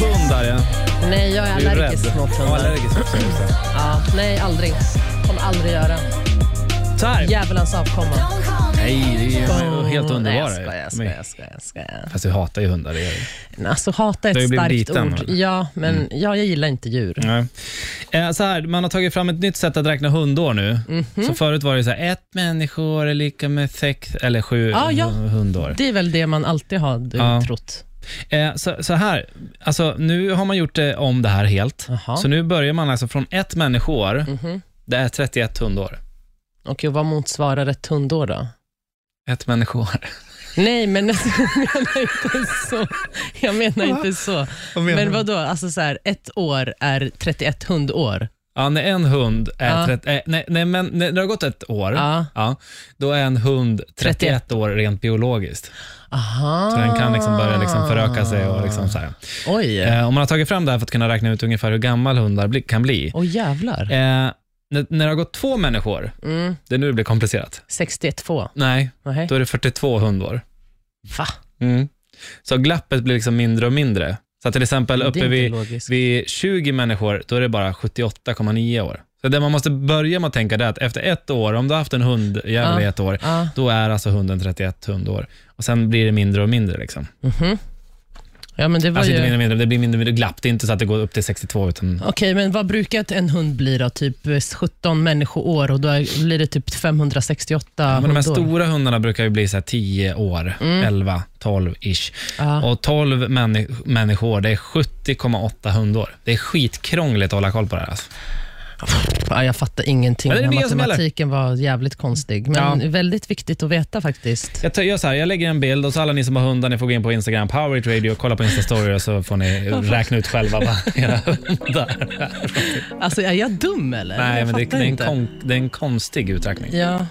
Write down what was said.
Holländare. Nej, jag är Du är ju allergisk rädd. mot Ja, hundar. allergisk också. just det. Ja, nej, aldrig. Kommer aldrig göra. Så här. Djävulens avkomma. Mm. Nej, det är ju de är ju helt Nej, underbara. jag skojar, jag skojar, ju. jag skojar, jag skojar. Fast jag hatar ju hundar. Det gör jag. Men Alltså, hata är Du har ett ju starkt blivit liten, ord. eller? Mm. Ja, men ja, jag gillar inte djur. Nej. Eh, Så här, man har tagit fram ett nytt sätt att räkna hundår nu. Mhm. Så förut var det så här, ett människoår är lika med sex eller sju Ja, ja. hu- hundår. Det är väl det man alltid har du, Ja. trott. Eh, Så, så här, alltså, nu har man gjort det om det här helt. Jaha. Mhm. Så nu börjar man alltså från ett människoår, Mm. det är 31 hundår. Okej, och vad motsvarar ett hundår då? Ett människoår. Nej, men alltså, jag menar inte så. Jag menar inte så. Men vad då? Alltså så här, ett år är 31 hundår. Ja, när en hund är... Ja. 30, eh, nej, nej, men när det har gått ett år, Ja. ja, då är en hund 31 år rent biologiskt. Aha. Så den kan liksom börja Ah. liksom föröka sig. Och liksom så här. Oj. Åh Eh, och man har tagit fram det här för att kunna räkna ut ungefär hur gammal hundar bli, kan bli. oh, jävlar. Eh, när, när det har gått två människor, Mm, det är nu det blir komplicerat. 62. Nej, Nej. då är det 42 hundår. Va? Så glappet blir liksom mindre och mindre. Så att till exempel Det är uppe inte vid, logiskt. vid 20 människor, då är det bara 78,9 år. Så det man måste börja med att tänka det är att efter ett år, om du har haft en hund i Ja. ett år, Ja. då är alltså hunden 31 hundår. Och sen blir det mindre och mindre. Liksom. Mhm. Ja, men det var Alltså ju... inte mindre Okej, och mindre, det blir mindre och mindre glapp. Det är inte så att det går upp till 62, utan men vad brukar ett- en hund bli då? Typ eh, 17 människoår och då är- blir det typ 568 Ja, men de här hundår. Mm. stora hundarna brukar ju bli så här 10 år, 11, 12-ish. Ja. Och 12 männi- människor, det är 70,8 hundår. Det är skitkrångligt att hålla koll på det här. Alltså. Ja, jag fattar ingenting. Ja, det är Den här det som gäller. Matematiken var jävligt konstig, men Ja. väldigt viktigt att veta faktiskt. Jag, tar, gör så här, jag lägger en bild och så alla ni som har hundar, ni får gå in på Instagram, Powerit Radio, kolla på Instastory och så får ni räkna ut själva vad era hundar Alltså, är jag dum eller? Nej, jag men det, fattar det, är en inte. kon, det är en konstig uträkning. Ja.